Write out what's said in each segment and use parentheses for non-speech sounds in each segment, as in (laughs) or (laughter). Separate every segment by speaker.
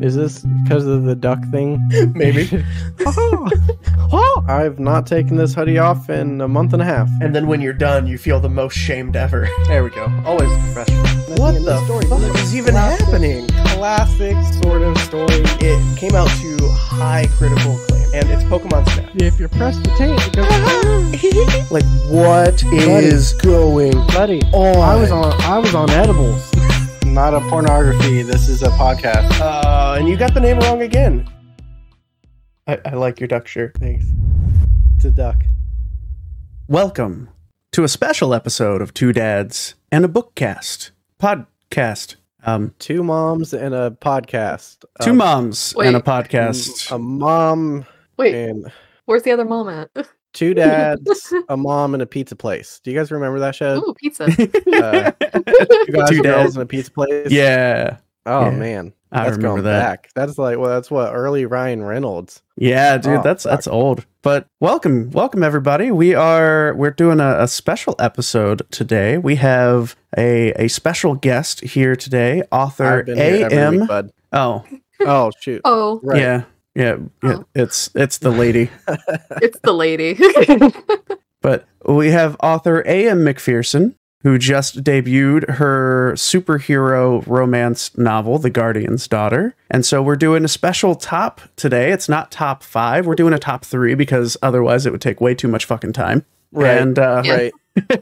Speaker 1: Is this because of the duck thing? (laughs)
Speaker 2: (laughs) Maybe.
Speaker 1: oh, oh, I've not taken this hoodie off in a month and a half.
Speaker 2: And then when you're done, you feel the most shamed ever. There we go. Always professional.
Speaker 1: What the fuck is even happening? Classic sort of story.
Speaker 2: It came out to high critical acclaim, and it's Pokemon
Speaker 1: (laughs)
Speaker 2: Snap.
Speaker 3: If you're pressed to tank, it goes.
Speaker 2: Like, what is going
Speaker 1: Buddy,
Speaker 2: on?
Speaker 1: I was on I was on edibles. Not a pornography. This is a podcast.
Speaker 2: Uh, and you got the name wrong again. I, I like your duck shirt. Thanks.
Speaker 1: It's a duck.
Speaker 2: Welcome to a special episode of Two Dads and a Bookcast podcast. Um,
Speaker 1: Two moms and a podcast.
Speaker 2: two
Speaker 1: Um,
Speaker 2: moms
Speaker 4: Wait.
Speaker 2: and a
Speaker 4: (laughs)
Speaker 2: podcast.
Speaker 1: A mom
Speaker 4: Wait,
Speaker 1: and
Speaker 4: where's the other mom at?
Speaker 2: (laughs)
Speaker 1: two dads, a mom and a pizza place. Do you guys remember that show?
Speaker 4: Ooh,
Speaker 2: (laughs)
Speaker 4: pizza.
Speaker 1: Uh, two guys,
Speaker 2: Two
Speaker 1: two
Speaker 2: dads.
Speaker 1: girls, and a pizza place.
Speaker 2: yeah,
Speaker 1: Oh
Speaker 2: Yeah.
Speaker 1: man,
Speaker 2: I
Speaker 1: that's
Speaker 2: remember
Speaker 1: going
Speaker 2: that.
Speaker 1: back. That's like well, that's what early Ryan Reynolds.
Speaker 2: yeah, dude,
Speaker 1: Oh,
Speaker 2: that's that's old. But welcome, welcome everybody. We are we're doing a, a special episode today. We have a a special guest here today, author
Speaker 1: I've been here every week,
Speaker 2: A.M.
Speaker 1: bud.
Speaker 2: Oh,
Speaker 1: Oh shoot.
Speaker 4: Oh,
Speaker 1: Right.
Speaker 2: yeah, yeah, yeah.
Speaker 4: Oh.
Speaker 2: It's it's the lady.
Speaker 4: it's the lady. (laughs)
Speaker 2: But we have author A.M. McPherson, who just debuted her superhero romance novel, The Guardian's Daughter. And so we're doing a special top today. It's not top five, we're doing a top three because otherwise it would take way too much fucking time.
Speaker 1: Right.
Speaker 2: And uh,
Speaker 4: Yeah.
Speaker 1: Right.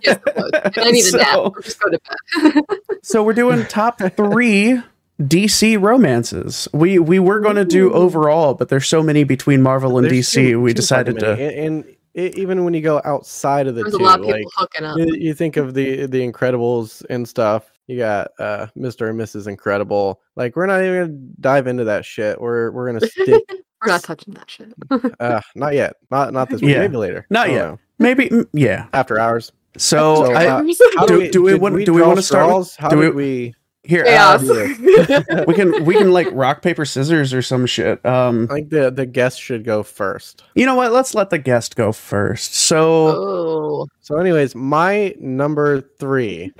Speaker 4: yes, it was. And I need a nap.
Speaker 2: So-
Speaker 4: I'll Just go to bed.
Speaker 2: so we're doing top three DC romances. We we were going to do overall, but there's so many between Marvel and
Speaker 1: There's
Speaker 2: DC.
Speaker 1: too-
Speaker 2: we
Speaker 1: too
Speaker 2: decided
Speaker 1: fucking
Speaker 2: to.
Speaker 1: many. and, and e- even when you go outside of the
Speaker 4: There's
Speaker 1: two,
Speaker 4: a lot of people
Speaker 1: like
Speaker 4: hooking
Speaker 2: (laughs)
Speaker 4: up.
Speaker 1: you, you think of the the Incredibles and stuff. You got uh, Mr. and Mrs. Incredible. Like we're not even gonna dive into that shit. We're we're
Speaker 4: (laughs)
Speaker 1: gonna stick.
Speaker 4: We're not touching that shit.
Speaker 1: uh, not yet. Not not this week.
Speaker 2: Yeah.
Speaker 1: Maybe later.
Speaker 2: Not
Speaker 1: I don't
Speaker 2: yet.
Speaker 1: know.
Speaker 2: Maybe mm, yeah.
Speaker 1: After hours.
Speaker 2: So,
Speaker 1: So,
Speaker 2: I,
Speaker 1: uh,
Speaker 4: (laughs)
Speaker 2: How do we- do we
Speaker 1: did
Speaker 2: want- do we
Speaker 1: draw
Speaker 2: wanna start with-
Speaker 1: straws? How
Speaker 2: do
Speaker 1: did we?
Speaker 2: here uh,
Speaker 4: Chaos. (laughs)
Speaker 2: we can we can like rock paper scissors or some shit. Um,
Speaker 1: I think the the guest should go first.
Speaker 2: you know what? Let's let the guest go first. So
Speaker 4: oh,
Speaker 1: So, anyways, my number
Speaker 4: (laughs)
Speaker 1: three.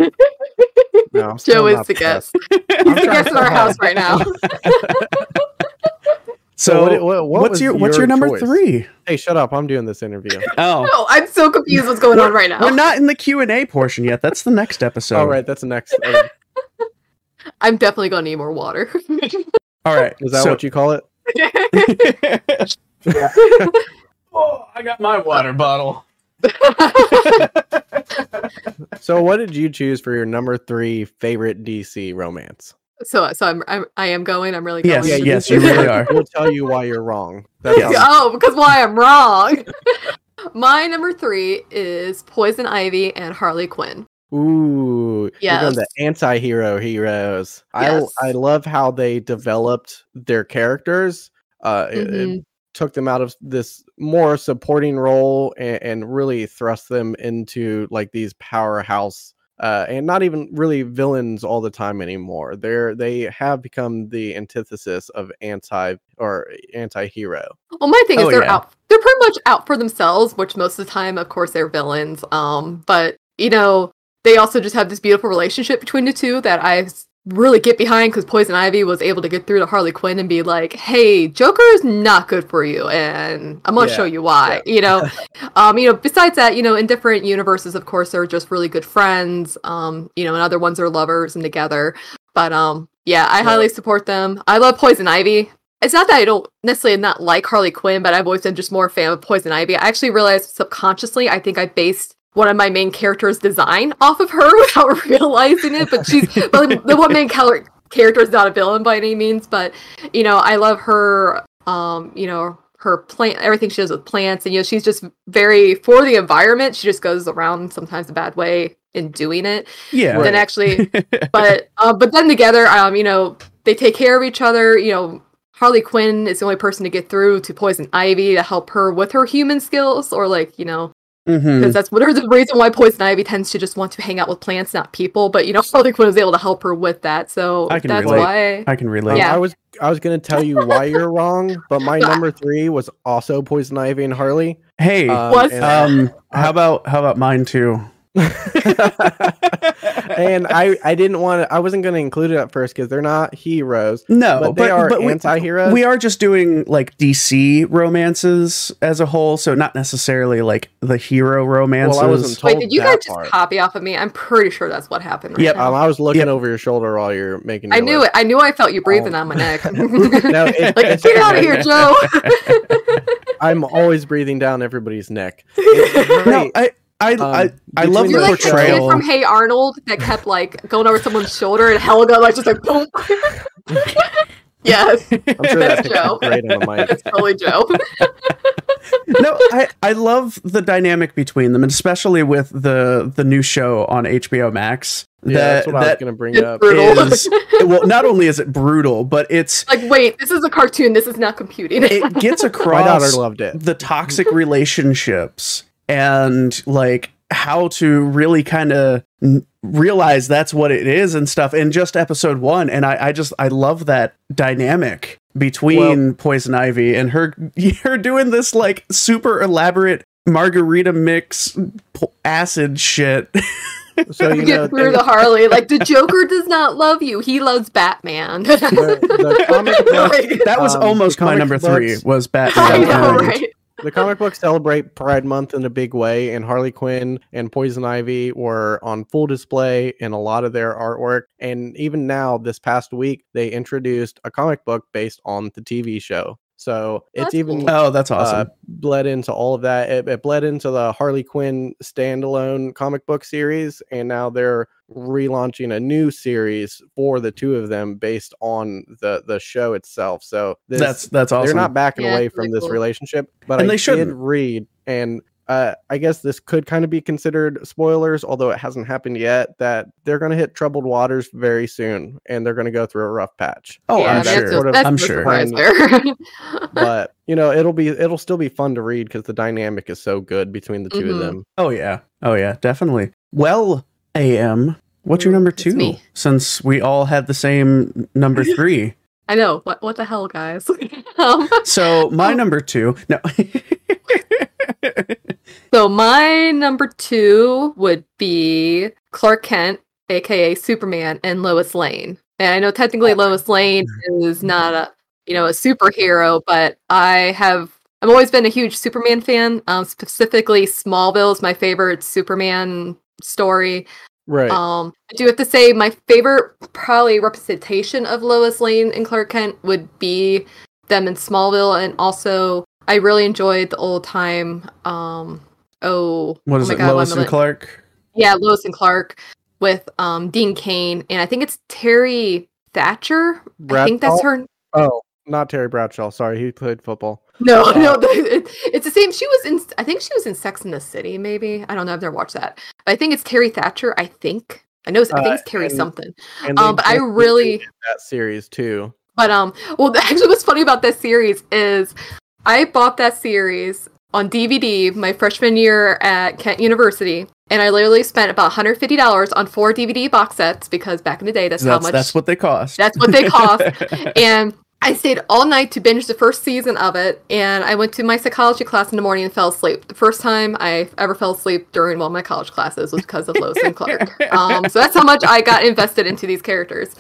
Speaker 1: no, I'm still
Speaker 4: Joe is
Speaker 1: not
Speaker 4: the guest.
Speaker 1: I'm
Speaker 4: He's the
Speaker 1: trying
Speaker 4: guest in
Speaker 1: to
Speaker 4: our
Speaker 1: find-
Speaker 4: house right
Speaker 2: (laughs)
Speaker 4: now.
Speaker 2: so
Speaker 1: what- what- what
Speaker 2: what's
Speaker 1: was
Speaker 2: your what's your number
Speaker 1: choice?
Speaker 2: three?
Speaker 1: Hey, shut up! I'm doing this interview.
Speaker 2: Oh,
Speaker 4: No, I'm so confused. What's going on right now?
Speaker 2: we're not in the Q and A portion yet. That's the next episode.
Speaker 1: All right, that's the next. uh,
Speaker 4: I'm definitely gonna need more
Speaker 2: (laughs)
Speaker 4: water. (laughs)
Speaker 2: all right.
Speaker 1: Is that
Speaker 2: so-
Speaker 1: what you call it?
Speaker 2: (laughs) oh, I got my water bottle.
Speaker 1: So, what did you choose for your number three favorite DC romance?
Speaker 4: so, so I'm, I'm, I am going. I'm really going.
Speaker 2: Yes, Yeah,
Speaker 1: you
Speaker 2: yes,
Speaker 1: need
Speaker 2: you
Speaker 1: to-
Speaker 2: really are.
Speaker 1: (laughs) We'll tell you why you're wrong. That's
Speaker 2: Yes.
Speaker 1: how-
Speaker 4: (laughs) Oh, because why I'm wrong. (laughs) My number three is Poison Ivy and Harley Quinn.
Speaker 1: Ooh, you're doing the
Speaker 4: Yes.
Speaker 1: anti-hero heroes.
Speaker 4: Yes.
Speaker 1: I I love how they developed their characters. Uh, it- it
Speaker 4: Mhm.
Speaker 1: took them out of this more supporting role and, and really thrust them into like these powerhouse uh, and not even really villains all the time anymore. They're they have become the antithesis of anti or anti-hero.
Speaker 4: Well, my thing
Speaker 2: Oh,
Speaker 4: is they're
Speaker 2: yeah.
Speaker 4: out. They're pretty much out for themselves, which most of the time, of course, they're villains. Um, but you know, they also just have this beautiful relationship between the two that I s- really get behind because Poison Ivy was able to get through to Harley Quinn and be like, "Hey, Joker is not good for you, and I'm gonna
Speaker 1: Yeah,
Speaker 4: show you why." You know, um, you know. Besides that, you know, in different universes, of course, they're just really good friends. Um, you know, and other ones are lovers and together. But um, yeah, I highly support them. I love Poison Ivy. It's not that I don't necessarily not like Harley Quinn, but I've always been just more a fan of Poison Ivy. I actually realized subconsciously, I think I based one of my main characters' design off of her (laughs) without realizing it. But she's but the one main color, character is not a villain by any means. But you know, I love her. Um, you know, her plant, everything she does with plants, and you know, she's just very for the environment. She just goes around sometimes a bad way in doing it.
Speaker 2: Yeah.
Speaker 4: But Then
Speaker 2: (laughs)
Speaker 4: actually, but uh, but then together, um, you know, they take care of each other. You know, Harley Quinn is the only person to get through to Poison Ivy to help her with her human skills, or like you know,
Speaker 2: Mhm.
Speaker 4: because that's what the reason why Poison Ivy tends to just want to hang out with plants, not people. But you know, (laughs) Harley Quinn is able to help her with that, so
Speaker 2: I can
Speaker 4: that's
Speaker 2: relate.
Speaker 4: why.
Speaker 2: I can
Speaker 1: Um,
Speaker 2: relate.
Speaker 4: Yeah.
Speaker 1: I was I was gonna tell you why you're wrong, but my
Speaker 4: But I-
Speaker 1: number three was also Poison Ivy and Harley.
Speaker 2: Hey,
Speaker 1: Um,
Speaker 4: Was-
Speaker 1: and-
Speaker 2: um, how about how about mine too?
Speaker 1: and I, I didn't want to, I wasn't going to include it at first because they're not heroes.
Speaker 2: no,
Speaker 1: but they are
Speaker 2: Oh, we-
Speaker 1: anti-heroes?
Speaker 2: We are just doing like DC romances as a whole, so not necessarily like the hero romances.
Speaker 1: Well, I wasn't told
Speaker 4: Wait, did you
Speaker 1: that
Speaker 4: guys just
Speaker 1: part.
Speaker 4: copy off of me? I'm pretty sure that's what happened. Right
Speaker 2: Yep.
Speaker 4: now.
Speaker 1: Um, I was looking
Speaker 2: Yep.
Speaker 1: over your shoulder while you're making.
Speaker 4: I
Speaker 1: your
Speaker 4: knew
Speaker 1: list.
Speaker 4: it. I knew I felt you breathing
Speaker 2: Oh.
Speaker 4: on my
Speaker 2: (laughs)
Speaker 4: neck. like, (laughs)
Speaker 1: No, it, it's
Speaker 4: get out of here,
Speaker 1: okay.
Speaker 4: Joe.
Speaker 1: I'm always breathing down everybody's
Speaker 4: (laughs)
Speaker 1: neck.
Speaker 2: no, I, I,
Speaker 1: Um,
Speaker 2: I, I
Speaker 1: between
Speaker 2: love the
Speaker 4: You're
Speaker 1: the
Speaker 4: like that kid
Speaker 2: portrayal.
Speaker 4: from Hey Arnold that kept like going over someone's shoulder, and Helga like just like boom. (laughs)
Speaker 2: (laughs)
Speaker 4: yes,
Speaker 1: I'm sure that
Speaker 4: That's
Speaker 1: picture's
Speaker 4: Joe.
Speaker 1: great on the mic.
Speaker 4: that's totally Joe.
Speaker 2: no, I, I love the dynamic between them, and especially with the the new show on HBO Max.
Speaker 1: Yeah, that's what I was
Speaker 2: that
Speaker 1: going to bring
Speaker 4: It's
Speaker 1: up.
Speaker 4: brutal.
Speaker 2: is- well, not only is it brutal, but
Speaker 4: (laughs)
Speaker 2: it's
Speaker 4: Like, wait, this is a cartoon. This is not computing. (laughs)
Speaker 2: it
Speaker 1: (laughs)
Speaker 2: gets
Speaker 1: My daughter
Speaker 2: across
Speaker 1: loved it.
Speaker 2: the toxic relationships and like how to really kind of realize that's what it is and stuff in just episode one and i, I just i love that dynamic between poison ivy and her (laughs) her doing this like super elaborate margarita mix po- acid shit
Speaker 1: So you
Speaker 4: You
Speaker 1: know,
Speaker 4: get through the Harley.
Speaker 2: (laughs)
Speaker 4: Like the Joker does not love you. He loves Batman. (laughs)
Speaker 1: the, the
Speaker 2: (laughs)
Speaker 1: comic book,
Speaker 4: Like,
Speaker 2: that was
Speaker 1: Um,
Speaker 2: almost
Speaker 1: the
Speaker 2: my
Speaker 1: comic
Speaker 2: number three
Speaker 1: books-
Speaker 2: was
Speaker 4: (laughs)
Speaker 2: batman
Speaker 4: I know,
Speaker 2: Armageddon.
Speaker 4: right?
Speaker 1: the comic books celebrate Pride Month in a big way, and Harley Quinn and Poison Ivy were on full display in a lot of their artwork. And even now, this past week, they introduced a comic book based on the TV show. So it's
Speaker 4: That's
Speaker 1: even
Speaker 4: cool.
Speaker 2: oh that's awesome
Speaker 1: uh, bled into all of that. It, it bled into the Harley Quinn standalone comic book series, and now they're relaunching a new series for the two of them based on the the show itself. So this,
Speaker 2: that's that's awesome
Speaker 1: they're not backing
Speaker 4: Yeah,
Speaker 1: away
Speaker 4: it's
Speaker 1: from
Speaker 4: really
Speaker 1: this
Speaker 4: cool.
Speaker 1: relationship, but
Speaker 2: And
Speaker 1: I
Speaker 2: they
Speaker 1: should
Speaker 2: shouldn't.
Speaker 1: read and. Uh, I guess this could kind of be considered spoilers, although it hasn't happened yet. That they're going to hit troubled waters very soon, and they're going to go through a rough patch.
Speaker 2: oh
Speaker 4: Yeah,
Speaker 2: i'm
Speaker 4: that's
Speaker 2: sure
Speaker 4: just-
Speaker 1: Sort of-
Speaker 4: that's
Speaker 2: I'm
Speaker 4: the
Speaker 2: sure.
Speaker 4: surprise there. (laughs)
Speaker 1: But you know, it'll be it'll still be fun to read because the dynamic is so good between the 2 of
Speaker 4: Mhm.
Speaker 1: them.
Speaker 2: Oh yeah. Oh yeah, definitely. Well, AM, what's your number
Speaker 4: It's
Speaker 2: two?
Speaker 4: me.
Speaker 2: Since we all had the same
Speaker 4: (laughs)
Speaker 2: number three.
Speaker 4: I know. What what the hell, guys? (laughs) um,
Speaker 2: So my
Speaker 4: Oh.
Speaker 2: number two. No. (laughs)
Speaker 4: so my number two would be Clark Kent, aka Superman, and Lois Lane. And I know technically Lois Lane is not a you know a superhero, but I have I've always been a huge Superman fan. Um, specifically, Smallville is my favorite Superman story.
Speaker 1: Right.
Speaker 4: Um, I do have to say my favorite probably representation of Lois Lane and Clark Kent would be them in Smallville, and also I really enjoyed the old time. Um, oh,
Speaker 2: What
Speaker 4: oh
Speaker 2: is
Speaker 4: my
Speaker 2: it?
Speaker 4: God, why
Speaker 2: Lois
Speaker 4: am I blank-
Speaker 2: and Clark?
Speaker 4: Yeah, Lois and Clark with um, Dean Kane, and I think it's Terry Thatcher. I think that's her.
Speaker 1: Oh, not Terry Bradshaw. Sorry, he played football.
Speaker 4: No,
Speaker 2: Oh.
Speaker 1: Uh,
Speaker 4: no, (laughs) it- it's the same. She was in. I think she was in Sex in the City. Maybe I don't know. I've never watched that. But I think it's Terry Thatcher. I think I know. I
Speaker 1: Uh,
Speaker 4: think it's Terry
Speaker 1: and-
Speaker 4: something.
Speaker 1: And they
Speaker 4: Um, but I
Speaker 1: just rebooted
Speaker 4: really.
Speaker 1: that series too.
Speaker 4: But um, well, (laughs) actually, what's funny about that series is I bought that series on DVD my freshman year at Kent University, and I literally spent about hundred fifty dollars on four DVD box sets because back in the day, that's,
Speaker 2: That's,
Speaker 4: how much
Speaker 2: that's what they cost.
Speaker 4: that's what they cost.
Speaker 2: (laughs)
Speaker 4: and I stayed all night to binge the first season of it, and I went to my psychology class in the morning and fell asleep. The first time I ever fell asleep during one of my college classes was because of Lois and
Speaker 2: (laughs)
Speaker 4: Clark. Um, so that's how much I got invested into these characters.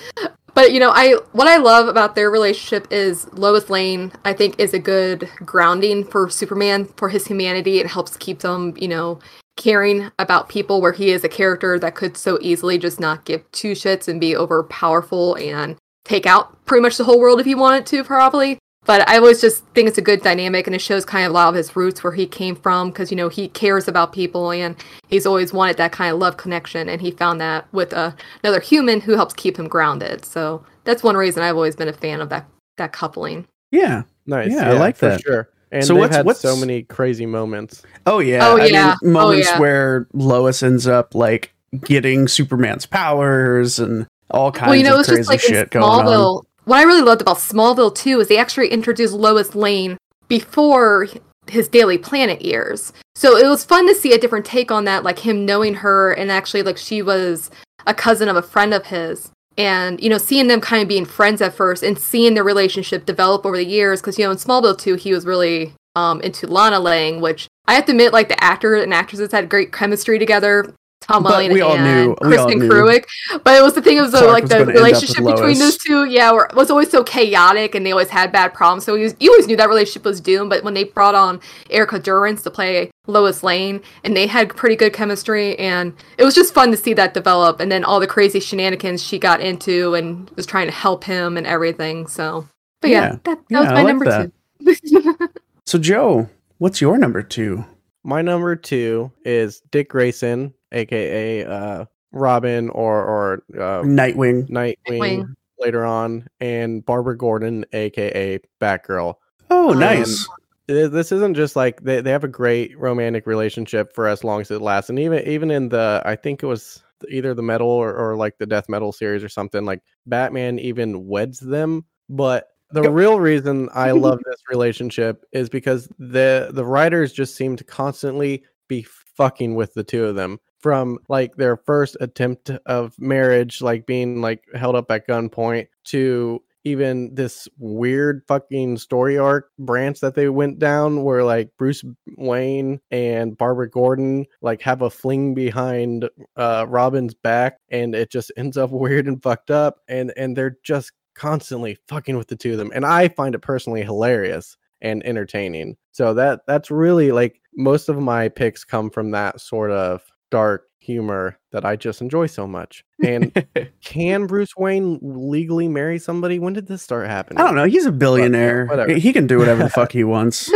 Speaker 4: But you know, I what I love about their relationship is Lois Lane. I think is a good grounding for Superman for his humanity. It helps keep them, you know, caring about people where he is a character that could so easily just not give two shits and be over powerful and take out pretty much the whole world if he wanted to, probably. But I always just think it's a good dynamic and it shows kind of a lot of his roots where he came from because, you know, he cares about people and he's always wanted that kind of love connection. And he found that with uh, another human who helps keep him grounded. So that's one reason I've always been a fan of that, that coupling.
Speaker 2: yeah.
Speaker 1: Nice.
Speaker 2: Yeah, I like
Speaker 1: for
Speaker 2: that.
Speaker 1: sure. And
Speaker 2: So
Speaker 1: they've
Speaker 2: what's-
Speaker 1: had so
Speaker 2: what's-
Speaker 1: many crazy moments.
Speaker 2: Oh yeah.
Speaker 4: Oh,
Speaker 2: I mean,
Speaker 4: yeah. Oh,
Speaker 2: moments
Speaker 4: yeah.
Speaker 2: where Lois ends up like getting Superman's powers and all kinds
Speaker 4: well, you know,
Speaker 2: of
Speaker 4: it's
Speaker 2: crazy
Speaker 4: just like in
Speaker 2: shit going on.
Speaker 4: Smallville. What I really loved about Smallville too is they actually introduced Lois Lane before his Daily Planet years. So it was fun to see a different take on that, like him knowing her and actually like she was a cousin of a friend of his. And you know, seeing them kind of being friends at first and seeing their relationship develop over the years, because you know, in Smallville too, he was really um, into Lana Lang, which I have to admit, like the actor and actresses had great chemistry together. Tom
Speaker 2: But
Speaker 4: Welling
Speaker 2: we all knew-
Speaker 4: and
Speaker 2: we all
Speaker 4: Kristen
Speaker 2: knew.
Speaker 4: Kruick. But it was the thing of the,
Speaker 2: Clark
Speaker 4: like
Speaker 2: was
Speaker 4: the
Speaker 2: gonna end up
Speaker 4: relationship
Speaker 2: with
Speaker 4: between
Speaker 2: Lois.
Speaker 4: those two, yeah, were, was always so chaotic, and they always had bad problems. So you was, you always knew that relationship was doomed. But when they brought on Erica Durance to play Lois Lane, and they had pretty good chemistry, and it was just fun to see that develop. And then all the crazy shenanigans she got into, and was trying to help him and everything. So, but yeah,
Speaker 2: Yeah.
Speaker 4: that, that
Speaker 2: Yeah,
Speaker 4: was
Speaker 2: I
Speaker 4: my
Speaker 2: like
Speaker 4: number
Speaker 2: that.
Speaker 4: two.
Speaker 2: So, Joe, what's your number two?
Speaker 1: My number two is Dick Grayson, aka uh, Robin or or uh,
Speaker 2: Mm. Nightwing.
Speaker 1: Nightwing,
Speaker 4: Nightwing.
Speaker 1: later on, and Barbara Gordon, aka Batgirl.
Speaker 2: Oh,
Speaker 4: Um,
Speaker 2: nice.
Speaker 1: Th- This isn't just like they, they have a great romantic relationship for as long as it lasts, and even even in the I think it was either the metal or, or like the death metal series or something like Batman even weds them, but. The
Speaker 2: Go-
Speaker 1: real reason I love this relationship is because the the writers just seem to constantly be fucking with the two of them from like their first attempt of marriage like being like held up at gunpoint to even this weird fucking story arc branch that they went down where like Bruce Wayne and Barbara Gordon like have a fling behind uh Robin's back and it just ends up (laughs) weird and fucked up and and they're just constantly fucking with the two of them and I find it personally hilarious and entertaining. So that that's really like most of my picks come from that sort of dark humor that I just enjoy so much.
Speaker 2: (laughs)
Speaker 1: And can Bruce Wayne legally marry somebody? When did this start happening?
Speaker 2: I don't know. He's a billionaire.
Speaker 1: whatever.
Speaker 2: He can do whatever the fuck he wants.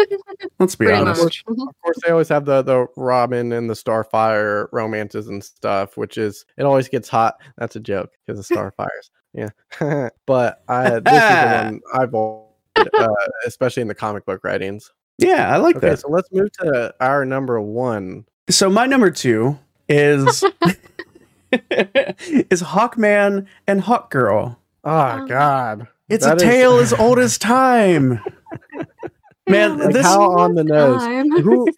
Speaker 2: Let's
Speaker 4: (laughs)
Speaker 2: be
Speaker 4: Pretty
Speaker 2: honest.
Speaker 4: much.
Speaker 1: Of course, they always have the the Robin and the Starfire romances and stuff, which is it always gets hot. That's a joke because (laughs) of Starfires. Yeah, (laughs) but I, this is (laughs) the one I've al- uh, especially in the comic book writings.
Speaker 2: Yeah, I like
Speaker 1: Okay,
Speaker 2: that.
Speaker 1: so let's move to our number one.
Speaker 2: So my number two
Speaker 4: (laughs)
Speaker 2: is (laughs) is Hawkman and Hawkgirl.
Speaker 1: Oh
Speaker 4: Um,
Speaker 1: God,
Speaker 2: It's
Speaker 1: That
Speaker 2: a
Speaker 1: is- (laughs)
Speaker 2: tale as old as time. Man,
Speaker 1: like
Speaker 2: this-
Speaker 1: how on
Speaker 4: (laughs)
Speaker 1: the nose?
Speaker 4: Time.
Speaker 1: Who,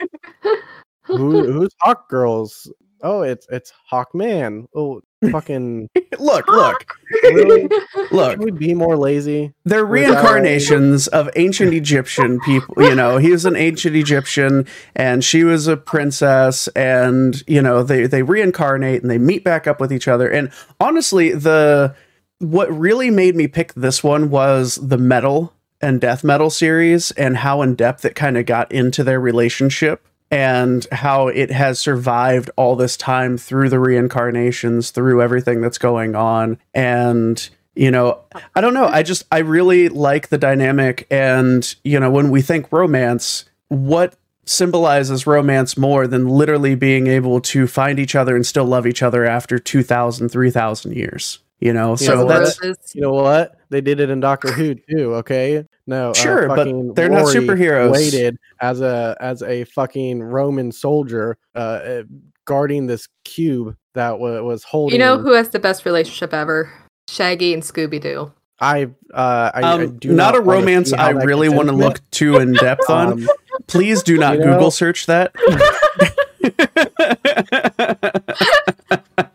Speaker 4: (laughs)
Speaker 1: who who's Hawk Girls? Oh, it's it's Hawkman. (laughs) Oh, fucking
Speaker 2: Look, look,
Speaker 1: really?
Speaker 2: look.
Speaker 1: Can we be more lazy?
Speaker 2: They're
Speaker 1: Was that-
Speaker 2: reincarnations of ancient Egyptian people. You know, he was an ancient Egyptian and she was a princess, and you know, they they reincarnate and they meet back up with each other. And honestly, the what really made me pick this one was the metal and death metal series and how in depth it kind of got into their relationship and how it has survived all this time through the reincarnations, through everything that's going on. And, you know, I don't know. I just, I really like the dynamic. And, you know, when we think romance, what symbolizes romance more than literally being able to find each other and still love each other after 2,000, 3,000 years? You know,
Speaker 1: Yeah, well,
Speaker 2: so that's
Speaker 4: Roses.
Speaker 1: You know what? They did it in Doctor
Speaker 2: (laughs)
Speaker 1: Who too. Okay, no, uh,
Speaker 2: Sure, but
Speaker 1: fucking
Speaker 2: they're not
Speaker 1: Rory
Speaker 2: superheroes.
Speaker 1: Waited as a as a fucking Roman soldier, uh, uh, guarding this cube that wa was holding.
Speaker 4: You know who has the best relationship ever? Shaggy and Scooby Doo.
Speaker 1: I uh, I, I
Speaker 2: um,
Speaker 1: do
Speaker 2: not, a
Speaker 1: wanna
Speaker 2: romance
Speaker 1: see how
Speaker 2: I
Speaker 1: that
Speaker 2: really
Speaker 1: gets
Speaker 2: want to
Speaker 1: intimate.
Speaker 2: look too in depth on. (laughs)
Speaker 1: Um,
Speaker 2: Please do
Speaker 1: (laughs)
Speaker 2: not
Speaker 1: You know-
Speaker 2: Google search that.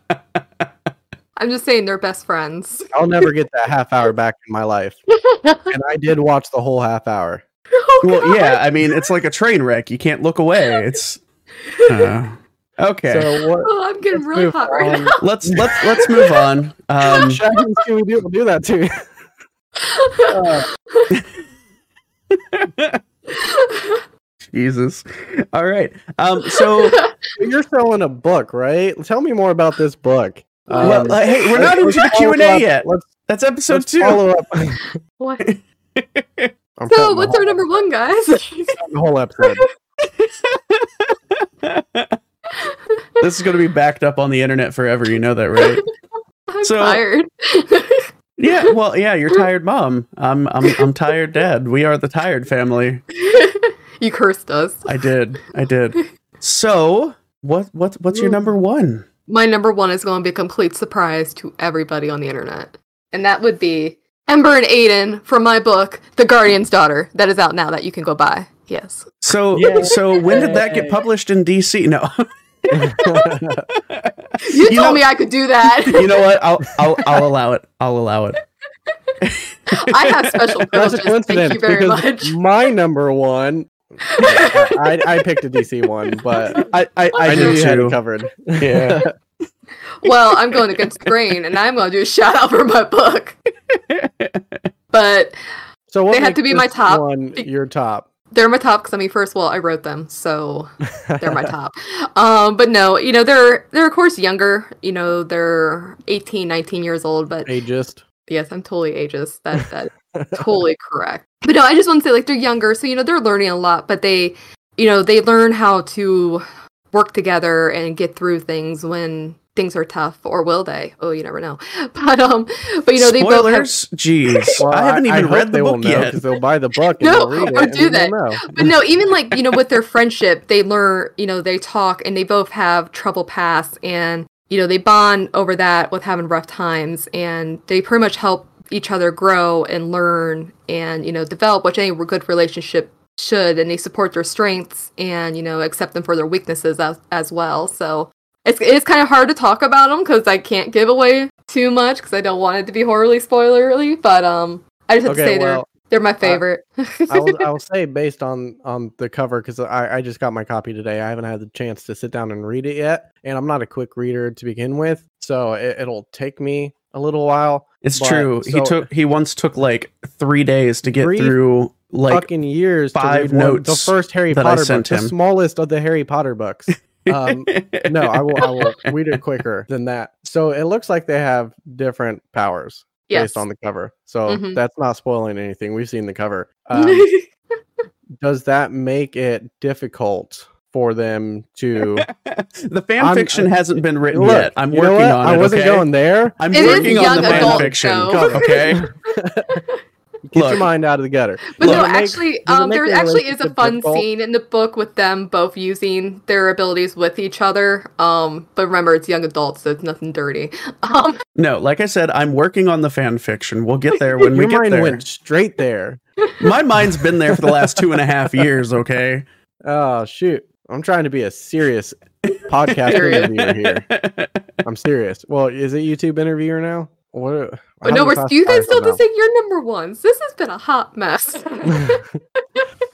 Speaker 1: (laughs)
Speaker 2: (laughs)
Speaker 4: I'm just saying they're best friends. (laughs)
Speaker 1: I'll never get that half hour back in my life, and I did watch the whole half hour.
Speaker 4: Oh,
Speaker 2: well,
Speaker 4: God.
Speaker 2: yeah, I mean, it's like a train wreck. You can't look away. It's uh, okay.
Speaker 1: So what?
Speaker 4: Oh, I'm getting
Speaker 1: let's
Speaker 4: really
Speaker 1: move
Speaker 4: hot right
Speaker 1: on.
Speaker 4: now.
Speaker 2: let's let's let's move on.
Speaker 1: (laughs)
Speaker 2: (laughs) Um,
Speaker 1: Shaggy and Scooby Doo will do that to you. Uh,
Speaker 2: Jesus. All right. Um, so
Speaker 1: you're selling a book, right? Tell me more about this book. Um,
Speaker 2: well, uh, hey, we're not
Speaker 1: let's-
Speaker 2: into the
Speaker 1: let's
Speaker 2: Q
Speaker 1: follow
Speaker 2: and A
Speaker 1: up-
Speaker 2: yet.
Speaker 1: Let's,
Speaker 2: That's episode
Speaker 1: let's
Speaker 2: two.
Speaker 1: follow
Speaker 4: (laughs)
Speaker 1: up.
Speaker 4: What?
Speaker 1: I'm
Speaker 4: So,
Speaker 1: cutting
Speaker 4: what's our number one, guys?
Speaker 1: the whole
Speaker 4: (laughs)
Speaker 1: episode?
Speaker 2: This is going to be backed up on the internet forever. You know that, right?
Speaker 4: I'm
Speaker 2: So-
Speaker 4: tired.
Speaker 2: Yeah, well, yeah, you're tired, mom. I'm, I'm, I'm tired, dad. We are the tired family.
Speaker 4: you cursed us.
Speaker 2: I did, I did. So, what, what, what's
Speaker 1: Mm.
Speaker 2: your number one?
Speaker 4: My number one is going to be a complete surprise to everybody on the internet, and that would be Ember and Aiden from my book, The Guardian's Daughter, that is out now that you can go buy. Yes.
Speaker 2: So,
Speaker 1: Yay.
Speaker 2: so when
Speaker 1: (laughs)
Speaker 2: did that get published in DC? No,
Speaker 4: You,
Speaker 2: You
Speaker 4: told
Speaker 2: know-
Speaker 4: me I could do that.
Speaker 2: (laughs) (laughs) you know what? I'll, I'll, I'll allow it. I'll allow it.
Speaker 4: I have special
Speaker 1: That's a
Speaker 4: privileges.
Speaker 1: coincidence
Speaker 4: Thank you very
Speaker 1: because
Speaker 4: much.
Speaker 1: (laughs) my number
Speaker 4: (laughs)
Speaker 1: one. I, I picked a DC one, but
Speaker 2: I, I, I,
Speaker 1: I, knew
Speaker 2: do
Speaker 1: you had it
Speaker 2: too.
Speaker 1: covered.
Speaker 2: Yeah.
Speaker 4: well, I'm going against the grain, and I'm going to do a shout out for my book. but
Speaker 1: (laughs) So what
Speaker 4: They had
Speaker 1: makes
Speaker 4: to be my
Speaker 1: this
Speaker 4: top
Speaker 1: One,
Speaker 4: be-
Speaker 1: your top.
Speaker 4: they're my top because I mean, first of all, I wrote them, so they're my top. Um, but no, you know, they're they're of course younger. You know, they're 18, 19 years old, but
Speaker 1: ageist.
Speaker 4: Yes, I'm totally ageist. That that totally correct. But no, I just want to say like they're younger, so you know they're learning a lot, but they, you know, they learn how to work together and get through things when things are tough, or will they? Oh, you never know. (laughs) But um, but you know they both have.
Speaker 2: Spoilers. Jeez, I haven't even
Speaker 1: hope
Speaker 2: read the
Speaker 1: they will
Speaker 2: book
Speaker 1: know
Speaker 2: yet.
Speaker 1: because they'll buy the book and
Speaker 4: (laughs) No,
Speaker 1: they'll read it.
Speaker 4: or
Speaker 1: and
Speaker 4: do
Speaker 1: then
Speaker 4: they?
Speaker 1: they'll know.
Speaker 4: But no, even like you know with their friendship, they learn. You know they talk and they both have trouble past, and you know they bond over that with having rough times, and they pretty much help each other grow and learn and you know develop which any good relationship should and they support their strengths and you know accept them for their weaknesses as, as well so it's, it's kind of hard to talk about them because i can't give away too much because i don't want it to be horribly spoilerly but um i just have to
Speaker 1: Okay,
Speaker 4: say
Speaker 1: well,
Speaker 4: they're they're my favorite (laughs)
Speaker 1: I will,
Speaker 2: (laughs)
Speaker 1: I will say based on on the cover because I, I just got my copy today. I haven't had the chance to sit down and read it yet, and I'm not a quick reader to begin with, so it, it'll take me a little while.
Speaker 2: It's
Speaker 1: But,
Speaker 2: true. he
Speaker 1: so-
Speaker 2: took he once took like three days to get
Speaker 1: Three
Speaker 2: through like
Speaker 1: Fucking years
Speaker 2: five
Speaker 1: to read one- the
Speaker 2: notes
Speaker 1: first Harry
Speaker 2: that I
Speaker 1: Potter
Speaker 2: sent
Speaker 1: book,
Speaker 2: him.
Speaker 1: the smallest of the Harry Potter books.
Speaker 2: (laughs)
Speaker 1: Um, no, I will. I will read it quicker than that. So it looks like they have different powers
Speaker 4: yes
Speaker 1: based on the cover. So
Speaker 2: Mm-hmm.
Speaker 4: Mhm.
Speaker 1: that's not spoiling anything. We've seen the
Speaker 2: (laughs)
Speaker 1: cover.
Speaker 4: (laughs)
Speaker 1: Um, does that make it difficult for them to
Speaker 2: the fan
Speaker 1: I'm-
Speaker 2: fiction hasn't been written
Speaker 1: Look,
Speaker 2: yet. I'm
Speaker 1: you know
Speaker 2: working
Speaker 1: what?
Speaker 2: on it.
Speaker 1: I wasn't
Speaker 2: okay?
Speaker 1: going there.
Speaker 2: I'm
Speaker 4: It is
Speaker 2: working on
Speaker 4: young
Speaker 2: the fan
Speaker 4: adult,
Speaker 2: fiction.
Speaker 4: though.
Speaker 2: Okay.
Speaker 1: Get your
Speaker 2: Look.
Speaker 1: mind out of the gutter.
Speaker 4: But
Speaker 2: Look-
Speaker 4: no,
Speaker 1: Does it make-
Speaker 4: actually,
Speaker 1: does it
Speaker 4: um,
Speaker 1: make
Speaker 4: there
Speaker 1: the
Speaker 4: actually is a
Speaker 1: relationship
Speaker 4: fun
Speaker 1: difficult?
Speaker 4: scene in the book with them both using their abilities with each other. Um, but remember, it's young adults, so it's nothing dirty. (laughs) Um,
Speaker 2: No, like I said, I'm working on the fan fiction. We'll get there (laughs) when we
Speaker 1: your
Speaker 2: get
Speaker 1: mind
Speaker 2: there.
Speaker 1: went straight there.
Speaker 2: My mind's been there for the last two and a half years. Okay.
Speaker 1: Oh shoot! I'm trying to be a
Speaker 2: (laughs)
Speaker 1: serious podcast
Speaker 4: Serious.
Speaker 1: interviewer here. I'm serious. Well, is it YouTube interviewer now? What? how
Speaker 4: but no,
Speaker 1: do we
Speaker 4: we're you
Speaker 1: classify
Speaker 4: guys still
Speaker 1: ourselves
Speaker 4: just think you're number ones. This has been a
Speaker 1: (laughs)
Speaker 4: hot mess. (laughs)
Speaker 1: Um, now?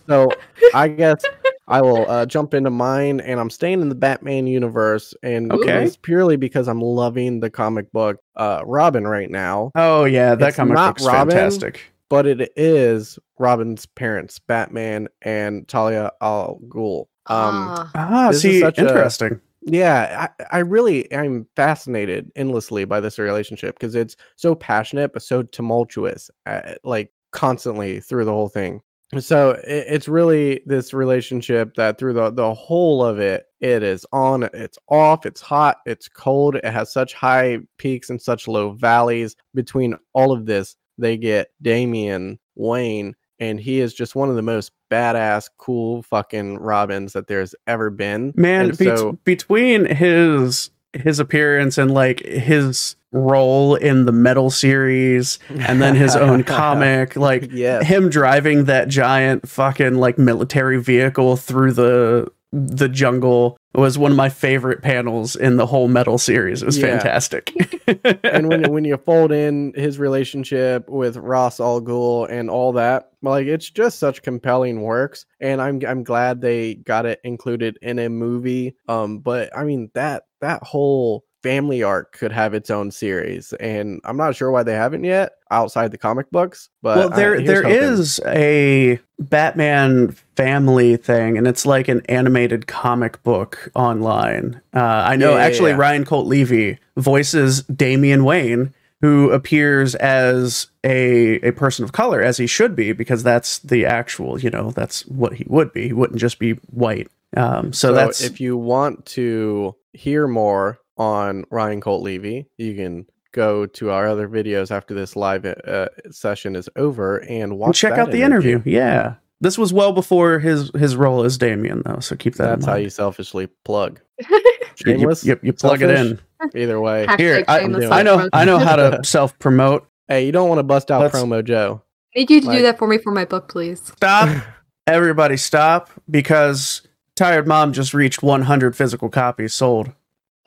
Speaker 1: So I guess I will uh, jump into mine, and I'm staying in the Batman universe, and
Speaker 2: Okay.
Speaker 1: it's purely because I'm loving the comic book uh, Robin right now.
Speaker 2: Oh yeah, that
Speaker 1: It's
Speaker 2: comic
Speaker 1: not
Speaker 2: book's
Speaker 1: Robin.
Speaker 2: fantastic.
Speaker 1: but it is Robin's parents, Batman and Talia al Ghul. Um,
Speaker 4: Ah.
Speaker 2: Ah,
Speaker 1: This is
Speaker 2: see,
Speaker 1: such a-
Speaker 2: interesting.
Speaker 1: yeah, I, I really am fascinated endlessly by this relationship because it's so passionate but so tumultuous, uh, like constantly through the whole thing. So i- it's really this relationship that through the the whole of it, it is on, it's off, it's hot, it's cold. It has such high peaks and such low valleys. Between all of this, they get Damian Wayne, and he is just one of the most badass, cool fucking Robins that there's ever been.
Speaker 2: Man,
Speaker 1: And
Speaker 2: be-
Speaker 1: so-
Speaker 2: between his his appearance and like his role in the metal series and then
Speaker 1: (laughs)
Speaker 2: his own comic, like
Speaker 1: Yes.
Speaker 2: him driving that giant fucking like military vehicle through the the jungle was one of my favorite panels in the whole metal series. It was
Speaker 1: Yeah.
Speaker 2: fantastic. (laughs)
Speaker 1: and when when you fold in his relationship with Ross Al Ghul and all that, like it's just such compelling works. And I'm I'm glad they got it included in a movie. Um, but I mean that that whole family arc could have its own series, and I'm not sure why they haven't yet outside the comic books. But
Speaker 2: well,
Speaker 1: I-
Speaker 2: there
Speaker 1: here's
Speaker 2: there
Speaker 1: hoping.
Speaker 2: is a Batman family thing, and it's like an animated comic book online. Uh, I know
Speaker 1: Yeah, yeah,
Speaker 2: actually
Speaker 1: yeah.
Speaker 2: Ryan Colt Levy voices Damian Wayne, who appears as a a person of color, as he should be, because that's the actual you know that's what he would be. He wouldn't just be white. Um, so,
Speaker 1: So
Speaker 2: that's
Speaker 1: if you want to hear more on Ryan Colt Levy, you can go to our other videos after this live uh, session is over and watch.
Speaker 2: check
Speaker 1: that
Speaker 2: out the interview. Yeah, this was well before his his role as Damian, though. So keep that.
Speaker 1: That's
Speaker 2: in
Speaker 1: how
Speaker 2: mind.
Speaker 1: you selfishly plug.
Speaker 2: You- you-
Speaker 1: Shameless.
Speaker 2: you- you plug it
Speaker 1: selfish.
Speaker 2: in.
Speaker 1: Either way,
Speaker 4: Hashtag
Speaker 2: Here, I-
Speaker 4: shameless
Speaker 1: I'm doing
Speaker 2: I
Speaker 1: it.
Speaker 4: self-promotion.
Speaker 2: know I know how to self promote.
Speaker 1: hey, you don't want to bust out
Speaker 2: Let's-
Speaker 1: promo Joe.
Speaker 4: Need you to
Speaker 1: Like-
Speaker 4: do that for me for my book, please.
Speaker 2: Stop. (laughs) Everybody stop because Tired Mom just reached 100 physical copies sold.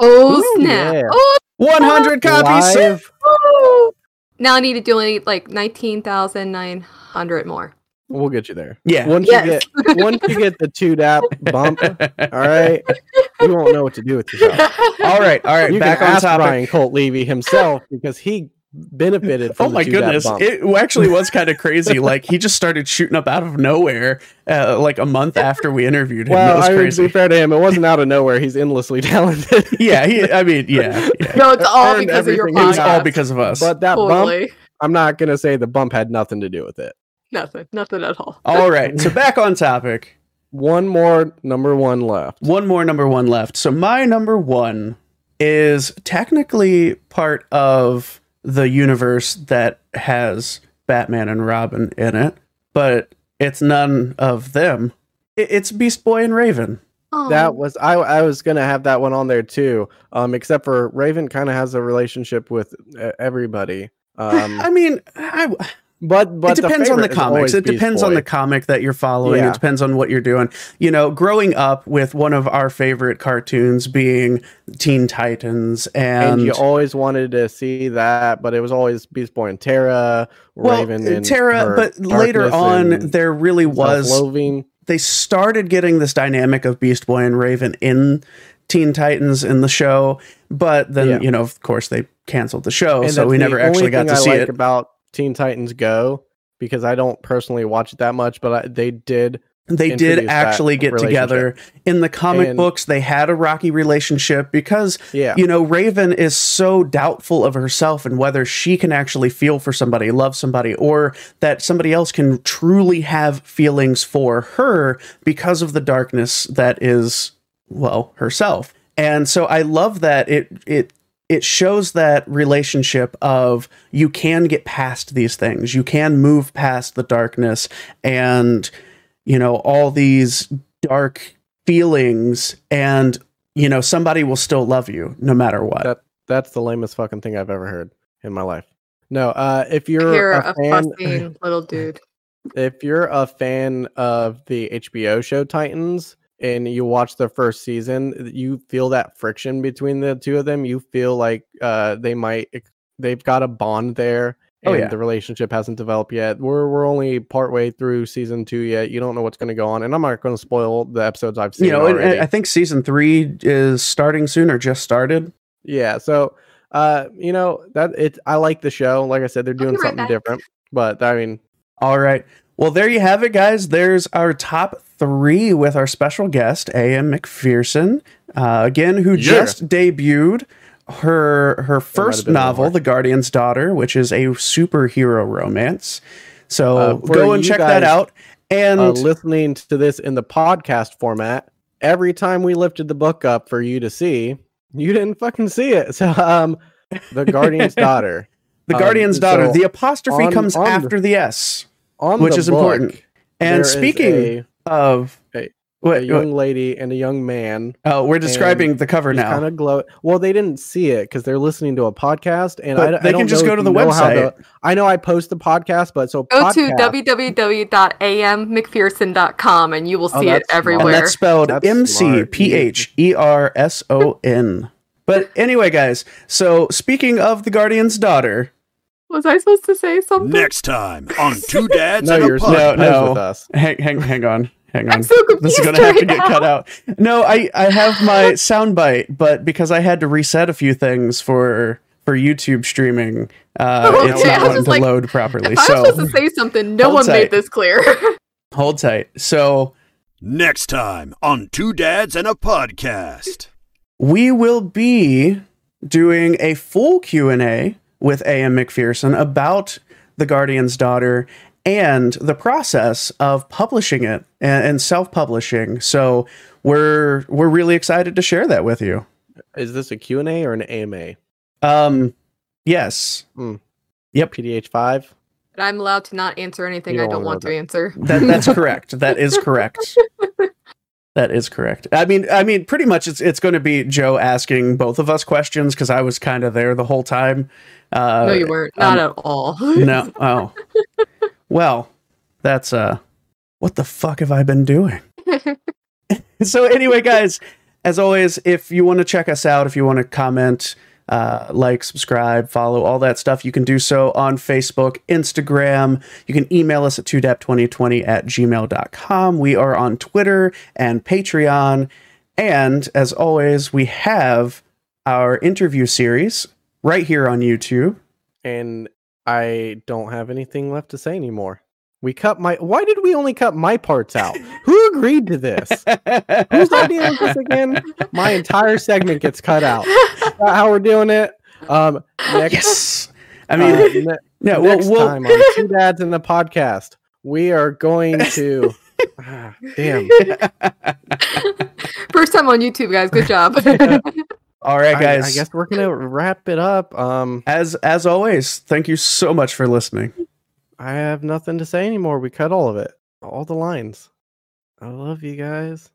Speaker 4: Oh
Speaker 1: Ooh,
Speaker 4: snap!
Speaker 1: yeah.
Speaker 4: Oh,
Speaker 2: 100 copies sold.
Speaker 1: Live.
Speaker 4: no. now I need to do only like nineteen thousand nine
Speaker 1: (laughs)
Speaker 4: hundred more. (laughs)
Speaker 1: We'll get you there.
Speaker 2: Yeah.
Speaker 1: Once you
Speaker 4: Yes.
Speaker 1: get once you get the two dap bump, all right, you won't know what to do with yourself.
Speaker 2: (laughs) All right, all right,
Speaker 1: you
Speaker 2: back
Speaker 1: can
Speaker 2: on
Speaker 1: ask
Speaker 2: topic.
Speaker 1: Brian Colt Levy
Speaker 2: (laughs)
Speaker 1: himself because he benefited from.
Speaker 2: Oh
Speaker 1: the
Speaker 2: my
Speaker 1: two dad
Speaker 2: goodness!
Speaker 1: bump.
Speaker 2: It actually
Speaker 1: (laughs)
Speaker 2: was kind of crazy. Like he just started shooting up out of nowhere, uh, like a month after we interviewed him.
Speaker 1: well,
Speaker 2: that was
Speaker 1: I mean, to
Speaker 2: crazy.
Speaker 1: be (laughs) fair to him, it wasn't out of nowhere. He's endlessly (laughs) talented.
Speaker 2: yeah, he, I mean, yeah, yeah.
Speaker 4: No, it's all
Speaker 1: Earned
Speaker 4: because of your
Speaker 1: everything he
Speaker 2: It
Speaker 4: podcast.
Speaker 2: was all because of us.
Speaker 1: But that bump,
Speaker 4: totally.
Speaker 1: I'm not gonna say the bump had nothing to do with it.
Speaker 4: Nothing. Nothing at all.
Speaker 2: all right, so back on topic.
Speaker 1: One more number one left.
Speaker 2: One more number one left. So my number one is technically part of the universe that has Batman and Robin in it, but it's none of them. It- It's Beast Boy and Raven.
Speaker 4: um,
Speaker 1: That was I. I was gonna have that one on there too. Um, except for Raven kind of has a relationship with uh, everybody.
Speaker 2: (laughs)
Speaker 1: Um,
Speaker 2: I mean, I,
Speaker 1: but but
Speaker 2: it depends on the
Speaker 1: favorite is always
Speaker 2: comics. It
Speaker 1: Beast
Speaker 2: depends on
Speaker 1: Boy.
Speaker 2: the comic that you're following.
Speaker 1: Yeah.
Speaker 2: It depends on what you're doing. You know, growing up with one of our favorite cartoons being Teen Titans
Speaker 1: and
Speaker 2: and,
Speaker 1: you always wanted to see that, but it was always Beast Boy and Terra,
Speaker 2: well,
Speaker 1: Raven and
Speaker 2: Tara.
Speaker 1: her
Speaker 2: But later
Speaker 1: darkness
Speaker 2: on,
Speaker 1: and
Speaker 2: there really was
Speaker 1: self-loathing.
Speaker 2: they started getting this dynamic of Beast Boy and Raven in Teen Titans in the show, but then
Speaker 1: Yeah.
Speaker 2: you know, of course, they canceled the show,
Speaker 1: And
Speaker 2: oh, so
Speaker 1: that's
Speaker 2: we
Speaker 1: the
Speaker 2: never
Speaker 1: only
Speaker 2: actually got
Speaker 1: thing
Speaker 2: to
Speaker 1: I
Speaker 2: see
Speaker 1: like
Speaker 2: it.
Speaker 1: about Teen Titans Go because I don't personally watch it that much, but I, they did.
Speaker 2: they did
Speaker 1: introduce that
Speaker 2: actually get together in the comic
Speaker 1: And-
Speaker 2: books they had a rocky relationship because
Speaker 1: Yeah,
Speaker 2: you know raven is so doubtful of herself and whether she can actually feel for somebody love somebody or that somebody else can truly have feelings for her because of the darkness that is well herself and so i love that it it it shows that relationship of you can get past these things you can move past the darkness and you know all these dark feelings and you know somebody will still love you no matter what
Speaker 1: That- that's the lamest fucking thing I've ever heard in my life. No, uh, if you're
Speaker 4: You're
Speaker 1: a
Speaker 4: a
Speaker 1: fan,
Speaker 4: fussing
Speaker 1: (laughs)
Speaker 4: little dude.
Speaker 1: if you're a fan of the HBO show Titans and you watch the first season, you feel that friction between the two of them. You feel like uh, they might they've got a bond there.
Speaker 2: Oh,
Speaker 1: And
Speaker 2: yeah.
Speaker 1: the relationship hasn't developed yet. We're we're only partway through season two yet. You don't know what's going to go on, and I'm not going to spoil the episodes I've seen.
Speaker 2: you know and-
Speaker 1: already.
Speaker 2: and i think season three is starting soon or just started
Speaker 1: Yeah. So, uh, you know that it's I like the show. Like I said, they're
Speaker 4: be
Speaker 1: doing
Speaker 4: right
Speaker 1: something
Speaker 4: back.
Speaker 1: different. But I mean,
Speaker 2: all right well there you have it guys there's our top three with our special guest am mcpherson uh, again who just debuted her her first
Speaker 1: been a little
Speaker 2: novel
Speaker 1: hard.
Speaker 2: the guardian's daughter which is a superhero romance so
Speaker 1: Uh, for
Speaker 2: go and
Speaker 1: you
Speaker 2: check that
Speaker 1: guys,
Speaker 2: out and
Speaker 1: uh, listening to this in the podcast format, every time we lifted the book up for you to see, you didn't fucking see it. (laughs) So, um, the
Speaker 2: (laughs)
Speaker 1: Guardian's daughter
Speaker 2: the
Speaker 1: um,
Speaker 2: guardian's daughter
Speaker 1: so
Speaker 2: the apostrophe
Speaker 1: on-
Speaker 2: comes
Speaker 1: on the-
Speaker 2: after the s
Speaker 1: on
Speaker 2: Which
Speaker 1: the
Speaker 2: is important.
Speaker 1: book, there
Speaker 2: and
Speaker 1: is
Speaker 2: speaking
Speaker 1: a-
Speaker 2: of
Speaker 1: a- a,
Speaker 2: what,
Speaker 1: young lady and a young man.
Speaker 2: oh, we're describing the cover now.
Speaker 1: Kind of glow. Well, they didn't see it because they're listening to a podcast, and
Speaker 2: But
Speaker 1: I, I
Speaker 2: they can
Speaker 1: don't
Speaker 2: just
Speaker 1: know
Speaker 2: go
Speaker 1: if
Speaker 2: to
Speaker 1: you
Speaker 2: the
Speaker 1: know how
Speaker 2: website.
Speaker 1: the- I know I post the podcast, but so
Speaker 4: Go to
Speaker 1: podcast-
Speaker 4: www.ammcpherson.com and you will
Speaker 1: Oh,
Speaker 4: see it
Speaker 1: that's smart.
Speaker 4: everywhere.
Speaker 2: and that's spelled
Speaker 1: That's
Speaker 2: M C
Speaker 1: smart.
Speaker 2: P H E R S O N. But anyway, guys, so speaking of the Guardian's daughter,
Speaker 4: was I supposed to say something?
Speaker 5: Next time on Two Dads
Speaker 1: No,
Speaker 5: and
Speaker 1: you're
Speaker 5: a Pod.
Speaker 1: no,
Speaker 2: No,
Speaker 1: with us.
Speaker 2: hang hang hang on. Hang on.
Speaker 4: (laughs) I'm so confused.
Speaker 2: this is gonna have to
Speaker 4: right
Speaker 2: get
Speaker 4: now.
Speaker 2: cut out. No, I, I have
Speaker 4: (laughs)
Speaker 2: my soundbite, but because I had to reset a few things for for YouTube streaming, uh,
Speaker 4: Okay,
Speaker 2: it's
Speaker 4: Oh, I was
Speaker 2: not wanting
Speaker 4: just
Speaker 2: to
Speaker 4: like,
Speaker 2: load properly.
Speaker 4: If (laughs) I
Speaker 2: So
Speaker 4: was supposed to say something, no
Speaker 2: Hold
Speaker 4: one
Speaker 2: tight.
Speaker 4: made this clear. (laughs)
Speaker 2: hold tight. So
Speaker 5: Next time on Two Dads and a Podcast.
Speaker 2: we will be doing a full q&a with am mcpherson about the guardian's daughter and the process of publishing it and, and self-publishing so we're we're really excited to share that with you
Speaker 1: Is this a Q&A or an AMA?
Speaker 2: um yes
Speaker 1: PDH 5?
Speaker 4: But I'm allowed to not answer anything
Speaker 1: You
Speaker 4: I
Speaker 1: don't
Speaker 4: don't
Speaker 1: wanna
Speaker 4: want
Speaker 1: know
Speaker 4: to answer.
Speaker 2: that, that's correct that is correct that is correct i mean i mean pretty much it's it's going to be joe asking both of us questions because i was kind of there the whole time uh
Speaker 4: no, you weren't.
Speaker 2: um,
Speaker 4: Not at all.
Speaker 2: no. Oh. Well, that's uh what the fuck have I been doing? so anyway, guys, as always, if you want to check us out, if you want to comment, uh, like, subscribe, follow, all that stuff, you can do so on Facebook, Instagram. You can email us at 2dap2020 at gmail.com. We are on Twitter and Patreon And as always, we have our interview series right here on YouTube. (laughs)
Speaker 1: and I don't have anything left to say anymore. We cut my. Why did we only cut my parts
Speaker 2: (laughs)
Speaker 1: out? Who agreed to this? Whose idea is this again? My entire segment gets cut out. Is that how we're doing it? Um, next,
Speaker 2: yes. I mean, (laughs)
Speaker 1: uh, ne-
Speaker 2: no,
Speaker 1: next
Speaker 2: we'll, we'll,
Speaker 1: time on Two Dads in the Podcast, we are
Speaker 2: (laughs)
Speaker 1: going to. Ah, damn.
Speaker 4: (laughs) First time on YouTube, guys. Good job.
Speaker 2: (laughs) all right,
Speaker 1: I-
Speaker 2: guys.
Speaker 1: I, guess we're gonna wrap it up. Um,
Speaker 2: As as always, thank you so much for listening.
Speaker 1: I have nothing to say anymore. We cut all of it, all the lines. I love you guys.